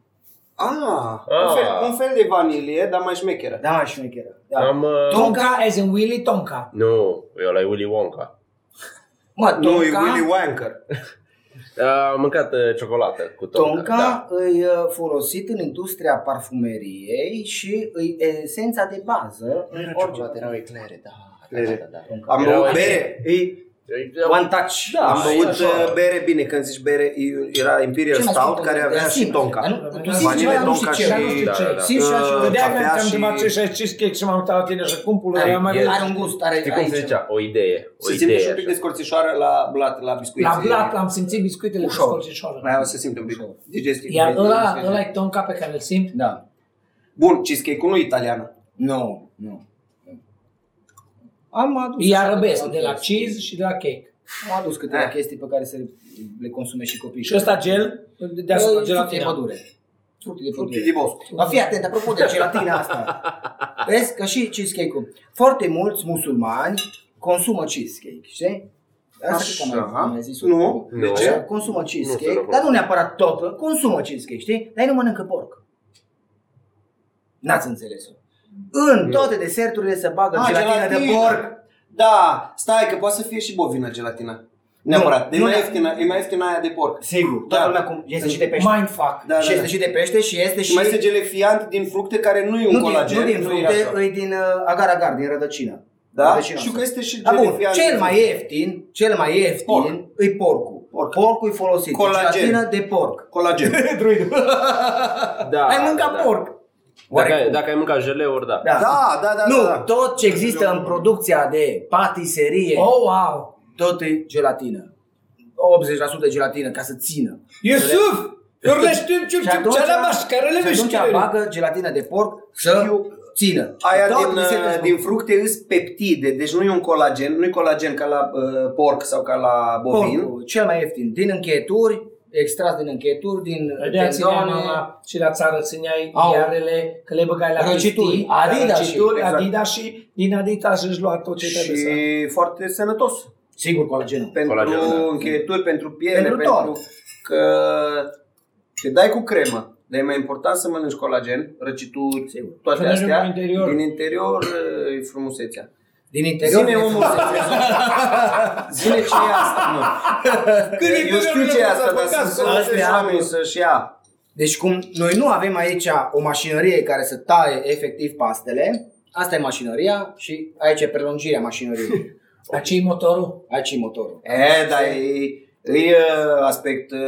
Ah, un fel, un fel de vanilie, dar mai șmecheră. Da, șmecheră. Da. Am... uh, Tonka, as in Willy Tonka. Nu, eu la Willy Wonka. Mă, Nu, e Willy tonka, Wanker. Am mâncat uh, ciocolată cu Da. tonka. Da. tonka îi uh, folosit în industria parfumeriei și îi esența de bază în orice. erau eclere, da. Eclere. da, da. Am Erau băut aici. bere. E, Da. One touch. Da, am și băut așa. uh, bere bine, când zici bere, e- era Imperial Ce mai Stout spun, care Tonka? avea și Simți, dar tonka. nu- tu Vanile, simți ceva, nu știi tonka ce. și- da, da, da. Simți și așa. Uh, Vedea Vedea- că cafea am și- întrebat ce și cheesecake și m-am uitat la tine și cum pula Ai, era mai e- bun. Are un gust, are Știi cum se aici. zicea? O idee. O Se simte idee. și un pic de așa. scorțișoară la blat, la biscuiți. La blat l-am simțit biscuitele cu Ușor. scorcișoară. Mai se simte un pic. Digestiv. Iar ăla, ăla e tonka pe care îl simt. Da. Bun, cheesecake-ul nu e italiană. Nu, nu. Am adus. Îi arăbesc de la cheese și de la cake. Am adus câteva Ah. chestii pe care să le- le consume și copiii. Și ăsta gel, deasupra Deasupra de gelatina. pădure. Fructe de Fructe pădure. de bosc. Dar fii atent, apropo de gelatina [LAUGHS] asta. Vezi că și cheesecake-ul. Foarte mulți musulmani consumă cheesecake, știi? Asta cred că am mai- am mai zis Nu? Nu. De Ce? ce? Deci, Consumă Nu se cheesecake, răbă. dar nu neapărat totul, consumă cheesecake, știi? Dar ei nu mănâncă porc. N-ați înțeles-o. În toate deserturile se bagă Ah, gelatina, de gelatină. porc. Da, stai că poate să fie și bovină gelatina. Neapărat. Nu, E nu, mai da. ieftină, e mai ieftină aia de porc. Sigur, toată Da. lumea cum este și de pește. Mindfuck. Da, da, și este da. și de pește și este Și și... mai este gelefiant din fructe care nu e un nu, din, colagen. nu din e fructe, așa. îi din uh, agar-agar, din rădăcină. Da? Rădăcinoasă. Știu că este și Da, bun, gelefiant. cel din mai fructe. ieftin, cel mai ieftin Porc. e porcul. Porc. Porcul e folosit. Colagen. Gelatină de [LAUGHS] porc. Colagen. [LAUGHS] Da, Ai mâncat da. porc. Dacă ai, Oarecum. dacă ai mâncat jeleuri, da. Da. Da, da, da, nu, da, da. tot ce există în producția de patiserie, Oh, wow. tot e gelatină. 80% gelatină ca să țină. Iusuf! Eu le știu ce Și atunci, ce la mascarele și atunci mișcările. bagă gelatină de porc să Știu. țină. Aia Toate din, desertele uh, sunt din fructe îs peptide, deci nu e un colagen, nu e colagen ca la uh, porc sau ca la bovin. Porcul, cel mai ieftin, din încheieturi, extras din încheieturi, din Vedea țineai tendoane. Adică mama și la țară țineai Au. iarele, că le băgai la Răcituri, chestii, Adidas și- răcituri, exact. Adidas și din Adidas își lua tot ce trebuie să... Și foarte sănătos. Sigur, colagenul. Pentru Colagenul, da. încheieturi, pentru piele, Pentru pentru, tot. că te dai cu cremă. Dar e mai important să mănânci colagen, răcituri, Sigur. toate Să mergem astea. în interior. Din interior uh, e frumusețea. Din interior. Zine din omul, Zine ce e asta, mă. Eu știu ce e asta, dar sunt Astea- sănătoși oamenii să-și ia. Deci cum noi nu avem aici o mașinărie care să taie efectiv pastele, asta e mașinăria și aici e prelungirea mașinăriei. Dar ce motorul? Aici e motorul. E, dar e, e uh, aspect uh,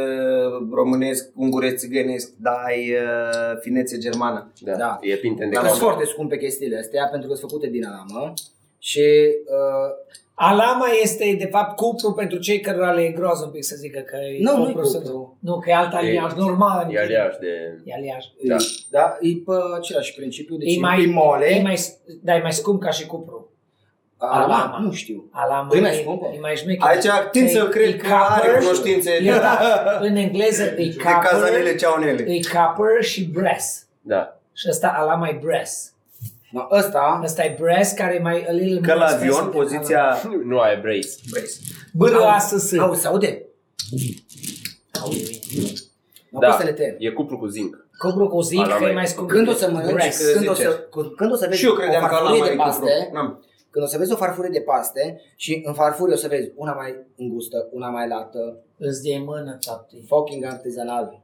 românesc, unguresc, țigănesc, dar e uh, finețe germană. Da. Da. E pinten de Dar sunt cafea. foarte scumpe chestiile astea pentru că sunt făcute din alamă și uh, Alama este, de fapt, cupru pentru cei cărora le e groază un pic să zică că e Nu, nu-i să- cupru. Nu, că e alt aliaj, normal. E aliaj de... E aliaj. Da. da. da, e pe același principiu, deci E mai, e mole, E mai, da, e mai scump ca și cupru. Alama. Nu știu. Alama Păi, mai e, scumpă. e mai șmecher. Aici tind să Pe cred că pick-upper- are cunoștințe E, de da, în engleză e copper, cazanele ceaunele. e copper și brass. Da. Și ăsta alama e brass. Dar ăsta, Ăsta e brass care e mai a little Că more la specific avion than poziția... Nu, nu ai brace. alama. Au- Bă, asta sunt. au, se aude? Nu Da. poți să le tăiem. E cuplu cu zinc. Cobru cu zinc, Alama că e e- mai scump. Când o să mănânci, Brass. când o să, când o să vezi Și eu credeam Deci o că farfurie alama de e paste, cupru. N-am. când o să vezi o farfurie de paste și în farfurie o să vezi una mai îngustă, una mai lată, Îți dai mână, tati, fucking artezanal.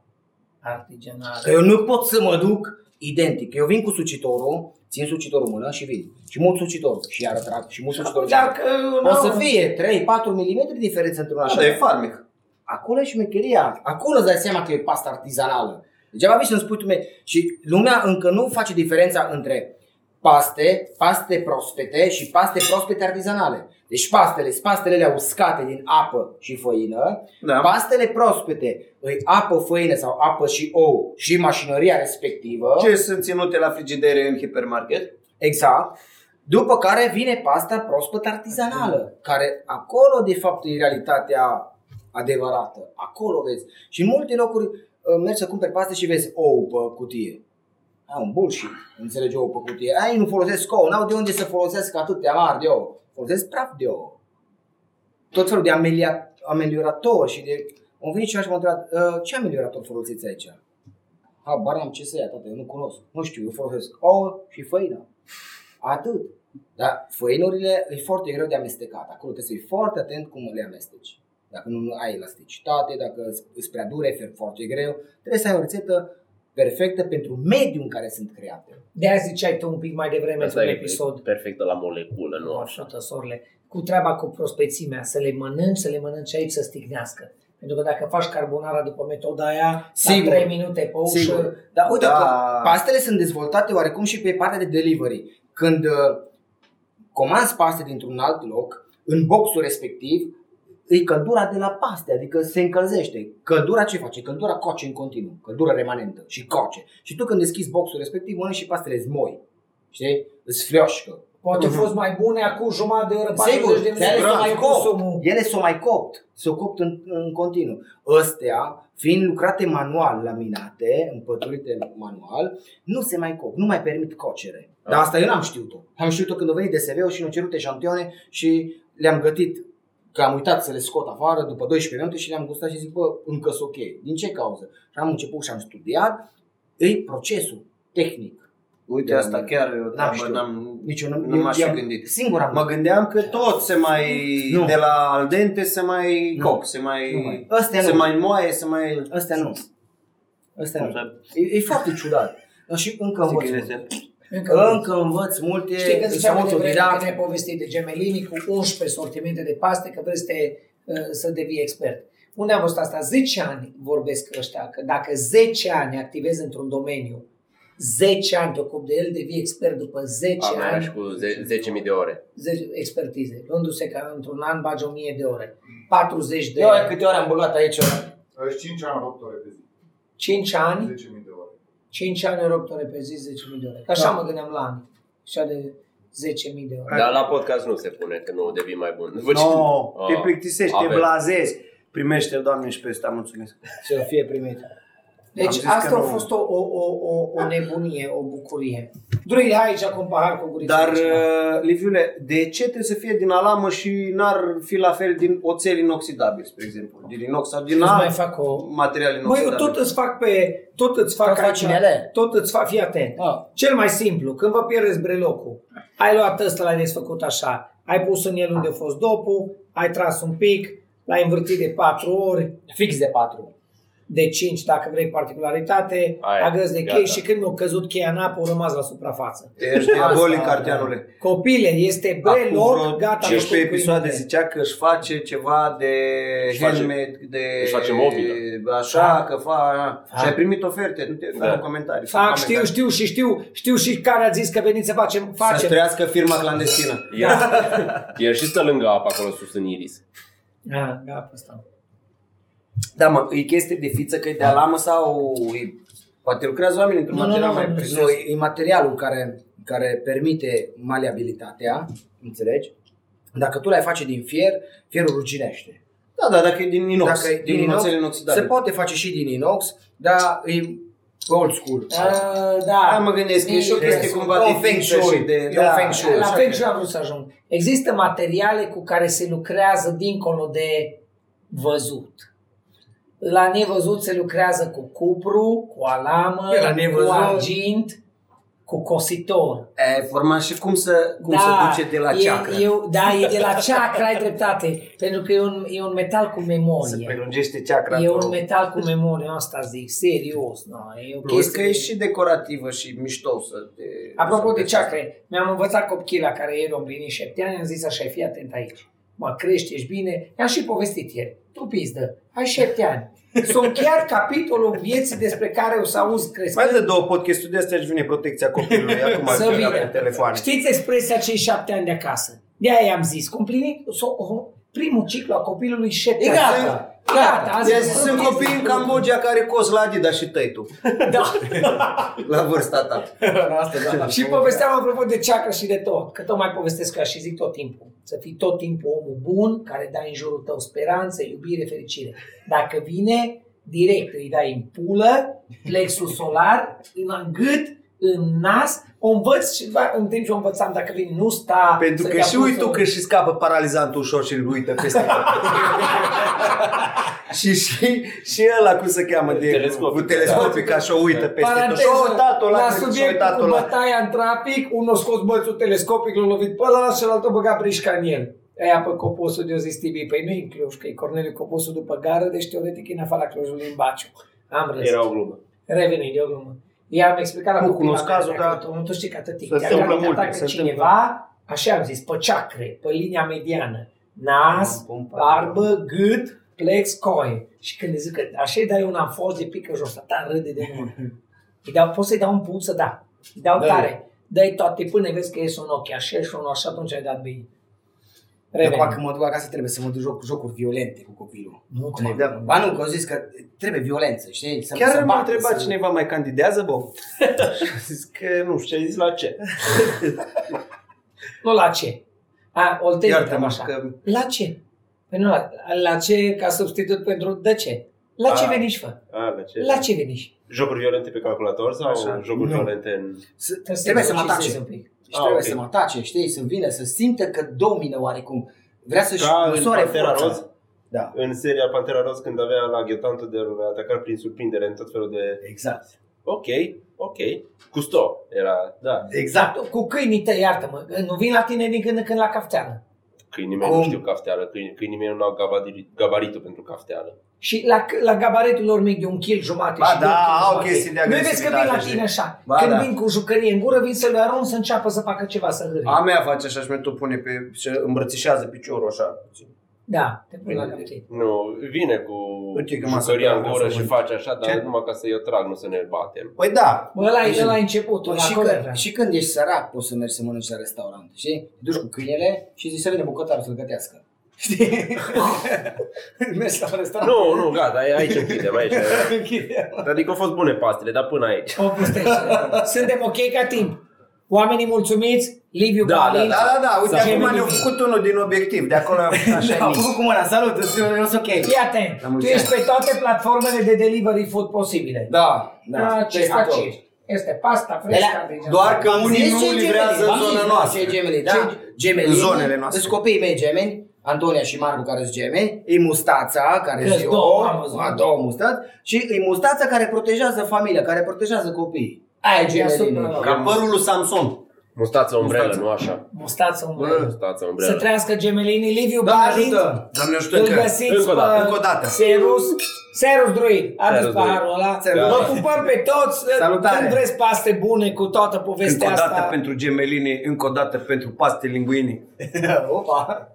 artigianal. Că eu nu pot să mă duc identic. Eu vin cu sucitorul, țin sucitorul în mână și vin. Și mult sucitorul și iar trag și mult sucitorul. și iară. Dar că... O să fie 3-4 mm diferență într un așa. Da, e farmec. Acolo e șmecheria. Acolo îți dai seama că e pasta artizanală. Degeaba vii să-mi spui tu mie. Și lumea încă nu face diferența între paste, paste proaspete și paste proaspete artizanale. Deci pastele, pastele alea uscate din apă și făină, Da. pastele proaspete, îi apă, făină sau apă și ou și mașinăria respectivă. Ce sunt ținute la frigidere în hipermarket? Exact. După care vine pasta proaspăt artizanală, care acolo de fapt e realitatea adevărată. Acolo vezi. Și în multe locuri uh, mergi să cumperi paste și vezi ou pe cutie. A, un bullshit. Înțelegi ou pe cutie. Ai nu folosesc ou, n-au de unde să folosesc atâtea mari de ou. Folosesc praf de ou. Tot felul de amelia- ameliorator și de... Am venit și eu și m-am întrebat, "Uh, ce ameliorator folosiți aici? Habar am ce să ia, tată, eu nu cunosc. Nu știu, eu folosesc ouă și făină. Atât. Dar făinurile e foarte greu de amestecat. Acolo trebuie să fii foarte atent cum le amesteci. Dacă nu ai elasticitate, dacă îți prea dure, fer foarte greu, trebuie să ai o rețetă perfectă pentru mediul în care sunt create. De-aia ziceai tu un pic mai devreme Asta într-un e episod. perfectă la moleculă, nu așa. Așa, tăsorile. Cu treaba cu prospețimea, să le mănânci, să le mănânci aici, să stignească. Pentru că dacă faci carbonara după metoda aia, Sigur. la 3 minute pe ușă, Sigur. Dar uite Da. da. că pastele sunt dezvoltate oarecum și pe partea de delivery. Când uh, comanzi paste dintr-un alt loc, în boxul respectiv, e căldura de la paste, adică se încălzește. Căldura ce face? Căldura coace în continuu, căldura remanentă și coace. Și tu când deschizi boxul respectiv, mănânci și pastele zmoi. Știi? Îți flioșcă. poate au fost mai bune acum jumătate de oră, 40 Mhm. Sigur, de ele minute, s-o mai consumul. copt. Ele s-o mai copt. S-o copt în, în continuu. Ăstea, fiind lucrate manual, laminate, împăturite manual, nu se mai copt, nu mai permit cocere. Dar asta eu n-am știut-o. Am știut-o când a venit DSV-ul și ne-au cerut eșantioane și le-am gătit că am uitat să le scot afară după 12 minute și le-am gustat și zic, bă, încă sunt ok. Din ce cauză? Și am început și am studiat, e procesul tehnic. Uite, Da, asta da. chiar eu N-am treabă, știut. n-am... Nici eu nu, Nu m-aș fi eu- gândit. Singur am Mă gândeam că tot se mai... Nu. De la al dente se mai... Nu. Coc, se mai... Nu mai. Astea Se nu. mai moaie, se mai... Astea nu. Astea Cum nu. să- E, e foarte ciudat. Dar Și încă învăț zic multe. în Încă învăț multe. Știi că sunt ziceam mai devreme că ne-ai povestit de gemelini cu 11 sortimente de paste, că vrei să, te, uh, să devii expert. Unde am văzut asta? 10 ani vorbesc ăștia, că dacă 10 ani activezi într-un domeniu, 10 ani te ocupi de el, devii expert după 10 Am era ani, și cu ze- 10.000 de ore. 10 expertize, luându-se că într-un an bagi 1000 de ore, 40 de Eu ai ore, câte ore am băgat aici. 5 ani, 8 ore pe zi. 5 ani, 10.000 de ore. 5 ani 8 ore pe zi, 10.000 de ore. Că așa Da. mă gândeam la ani, așa de 10.000 de ore. Dar la podcast nu se pune că nu devii mai bun. [LAUGHS] Vă- No, Ah, te plictisești, te avem. blazezi. Primește, Doamne, și peste, am mulțumesc. Să fie primit. Am Deci zis asta că a nu. fost o, o, o, o, o nebunie, o bucurie. Durile aici acum pahar cu gurița. Dar, de ceva. uh, Liviule, de ce trebuie să fie din alamă și n-ar fi la fel din oțel inoxidabil, spre exemplu? Din inox sau din Îți mai alt fac o... material Băi, eu inoxidabil? tot îți fac pe... Tot îți fac Tot faci inele? Tot îți fac... Fii atent. Ah. Cel mai simplu, când vă pierdeți brelocul, ai luat ăsta, l-ai desfăcut așa, ai pus în el unde a fost dopul, ai tras un pic, l-ai învârtit de patru ori, Fix de patru. de 5 dacă vrei particularitate, Aia, agăs de gata. chei și când mi-a căzut cheia în apă, a rămas la suprafață. Ești [LAUGHS] diabolic, arteanule. Copile, este Acum vreo breloc, gata. 15 cu episoade mine. zicea că își face ceva de Își face- helmet, de... își face mobilă. Așa, că fa... Da. Și ai primit oferte, nu te fă Da. un comentariu. Fac, știu, știu și știu, știu și care a zis că veniți să facem, Să facem. trăiască firma clandestină. El, el și stă lângă apa acolo sus în iris. [LAUGHS] Ah, gata, asta. Da, mă, e chestie de fiță că e de alamă sau... E... Poate lucrează oameni într-un Nu, nu, material nu, mai nu, precis. Nu, e e materialul care, care permite maleabilitatea, înțelegi? Dacă tu le-ai face din fier, fierul ruginește. Da, da, dacă e din inox, Dacă e dacă din din inox, oțel Da, se inoxidabile. poate face și din inox, dar e old school. Uh, da. Da, mă gândesc, e și o Mie- chestie sunt cumva de un feng feng shui. shui. De, E da, un feng shui. La așa fel că- și am vrut să ajung. Există materiale cu care se lucrează dincolo de văzut. La nevăzut se lucrează cu cupru, cu alamă, E, la nevăzut. cu argint, cu cositor. Da. E, forma și cum să, cum să duce de la e, chakra. E, da, e de la chakra, ai dreptate. Pentru că e un, e un metal cu Se Păi memorie. prelungește chakra. E acolo. un metal cu memorie, asta zic, serios. No, e o Plus că chestie- e și decorativă și mișto să te... Apropo să de te- ceacre, mi-am învățat copchila care ieri o împlini șapte ani, am zis așa, fii atent aici. Mă, crești, ești bine. I-am și povestit ieri. Tu pizdă, ai șapte ani. Sunt chiar capitolul vieții despre care o să auzi Mai crescând. de două podcasturi de astea își vine protecția [LAUGHS] copilului acum Să că vină. avem telefoane. Știți expresia cei șapte ani de acasă? De-aia i-am zis, că împlinit so- o- primul ciclu a copilului șapte E ani. gata. Gata, am Ia zis, zi, mă, Deci Sunt pizdă. copii în Cambodgia care cos la Adidas și tăi tu, Da. la vârsta ta. da. și povesteam apropo de ceacră și de tot, că tot mai povestesc eu și zic tot timpul. Să fii tot timpul omul bun, care dai în jurul tău speranță, iubire, fericire. Dacă vine, direct îi dai în pulă, plexul solar, în gât, în nas, o învăț și va- în timp ce o învățam, dacă vine, nu sta. Pentru să că dea și ui tu pulsul. că și scapă paralizantul ușor și îl uită peste tot. [LAUGHS] și, și, și ăla, cum se cheamă, de Telescopic. telescopic, telescopic așa o uită peste Paranteză, tot. Și-a uitat-o la, la și-a subiectul uitat-o cu la- bătaia în trafic, unul a scos bățul telescopic, l-a lovit pe ăla, celălalt a băgat brișca în el. Aia pe Coposul de-o zis Tibi, păi nu e în Cluj, că e Corneliu Coposul după gară, deci teoretic e în afara Clujului în Baciu. Am râs. Era o glumă. Revenind, eu glumă. I-am explicat la Nu copila cunosc mea, cazul, dacă dar Tu, nu tu știi că atât timp. se te întâmplă atacă multe, se cineva, așa am zis, pe ceacre, pe linia mediană. Nas, barbă, gât, plex, coi. Și când îi zic că așa îi dai un amfoz de pică jos, ta râde de [LAUGHS] mult. Îi dau, pot să-i dau un pun să da. Îi dau tare. Dai toate până vezi că iese un ochi așa și unul așa, atunci ai dat bine. Acum Revenim. când mă duc acasă trebuie să mă duc joc, jocuri violente cu copilul. Nu te mai- Da. Ba nu, că au zis că trebuie violență, știi? Să, Chiar m-a bată, întrebat să- cineva mai candidează, bă? și [LAUGHS] a zis că nu știu, ai zis la ce? Nu la ce. A, Oltenia Iartă-mă treaba așa. că- La ce? Păi nu, la, la ce ca substitut pentru de ce? La A. Ah. ce veniși, fă? A, la ce? La ce veniși? Jocuri violente pe calculator sau Așa. jocuri Nu. violente în... Să, trebuie să mă atace. lucidizezi un pic. Și trebuie Ah, ok. să mă atace, știi? Să vină, să simtă că domină oarecum. Vrea să-și Ca în Deci, măsoare Pantera forța. Roz? Da. În seria Pantera Roz când avea la ghiotantul de atacar prin surprindere în tot felul de... Exact. Ok, ok. Custo era, da. Exact. Cu câinii tăi, iartă-mă, nu vin la tine din când în când la cafteană. Câinii mei nu Cum? știu cafteală, câinii, câinii mei nu au gabadiri- gabaritul pentru cafteală. Și la, la gabaritul lor mic de un kil jumate Ba și da, două kil au jumate. chestii de Nu vezi că vin la agresivitate tine așa. Ba Când da. vin cu jucărie în gură, vin să le arunc să înceapă să facă ceva, să hârie. A mea face așa și mi tot pune pe... și îmbrățișează piciorul așa. Da, te pun la caftea. Nu, vine cu Uite că m-a jucăria în supărat, gură vreau să și văd. face așa, dar Ce? numai ca să-i o trag, nu să ne batem. Păi da, Bă, ăla e Deci- la începutul, și, la când, coleră. și când ești sărac poți să mergi să mănânci la restaurant, știi? Te duci cu câinele și zici să vede bucătarul să-l gătească. [LAUGHS] Știi? mergi la restaurant. Nu, nu, gata, aici închidem, aici. Închide. Adică au fost bune pastele, dar până aici. O pustește. Suntem ok ca timp. Oamenii mulțumiți, Liviu Da, Balin. da, da, da, uite, Sau acum Gemini. ne-a făcut unul din obiectiv, de [LAUGHS] acolo am făcut așa Am nici. făcut cu mâna, salut, eu sunt- eu sunt ok. Fii atent, La tu mulți ești pe toate platformele de delivery food posibile. Da, da. ce faci? ești? Este pasta fresca. deja. deci, Doar că unii nu livrează în zona noastră. Ce gemeni, da? Gemeni. În zonele noastre. Sunt copiii mei gemeni, Antonia și Marcu care sunt gemeni, e mustața care Că-s e două, am văzut. a două mustați și e mustața care protejează familia, care protejează copiii. Aia e Deasupra. gemeni. Ca părul lui Samson. Mustață umbrelă, Mustață. nu așa. Mustață umbrelă. Mustață Să umbrelă. trăiască gemelinii Liviu Da, Balint. ajută! Doamne ajută Îl că... găsiți Încă o dată, pe încă o dată. Serus. Serus Druid. A dus Serus Druid. paharul ăla. Serus Vă Druid. pupăm pe toți. Salutare. Când vreți paste bune cu toată Încă povestea o dată asta. pentru gemelini, încă o dată pentru paste linguini. [LAUGHS] Opa!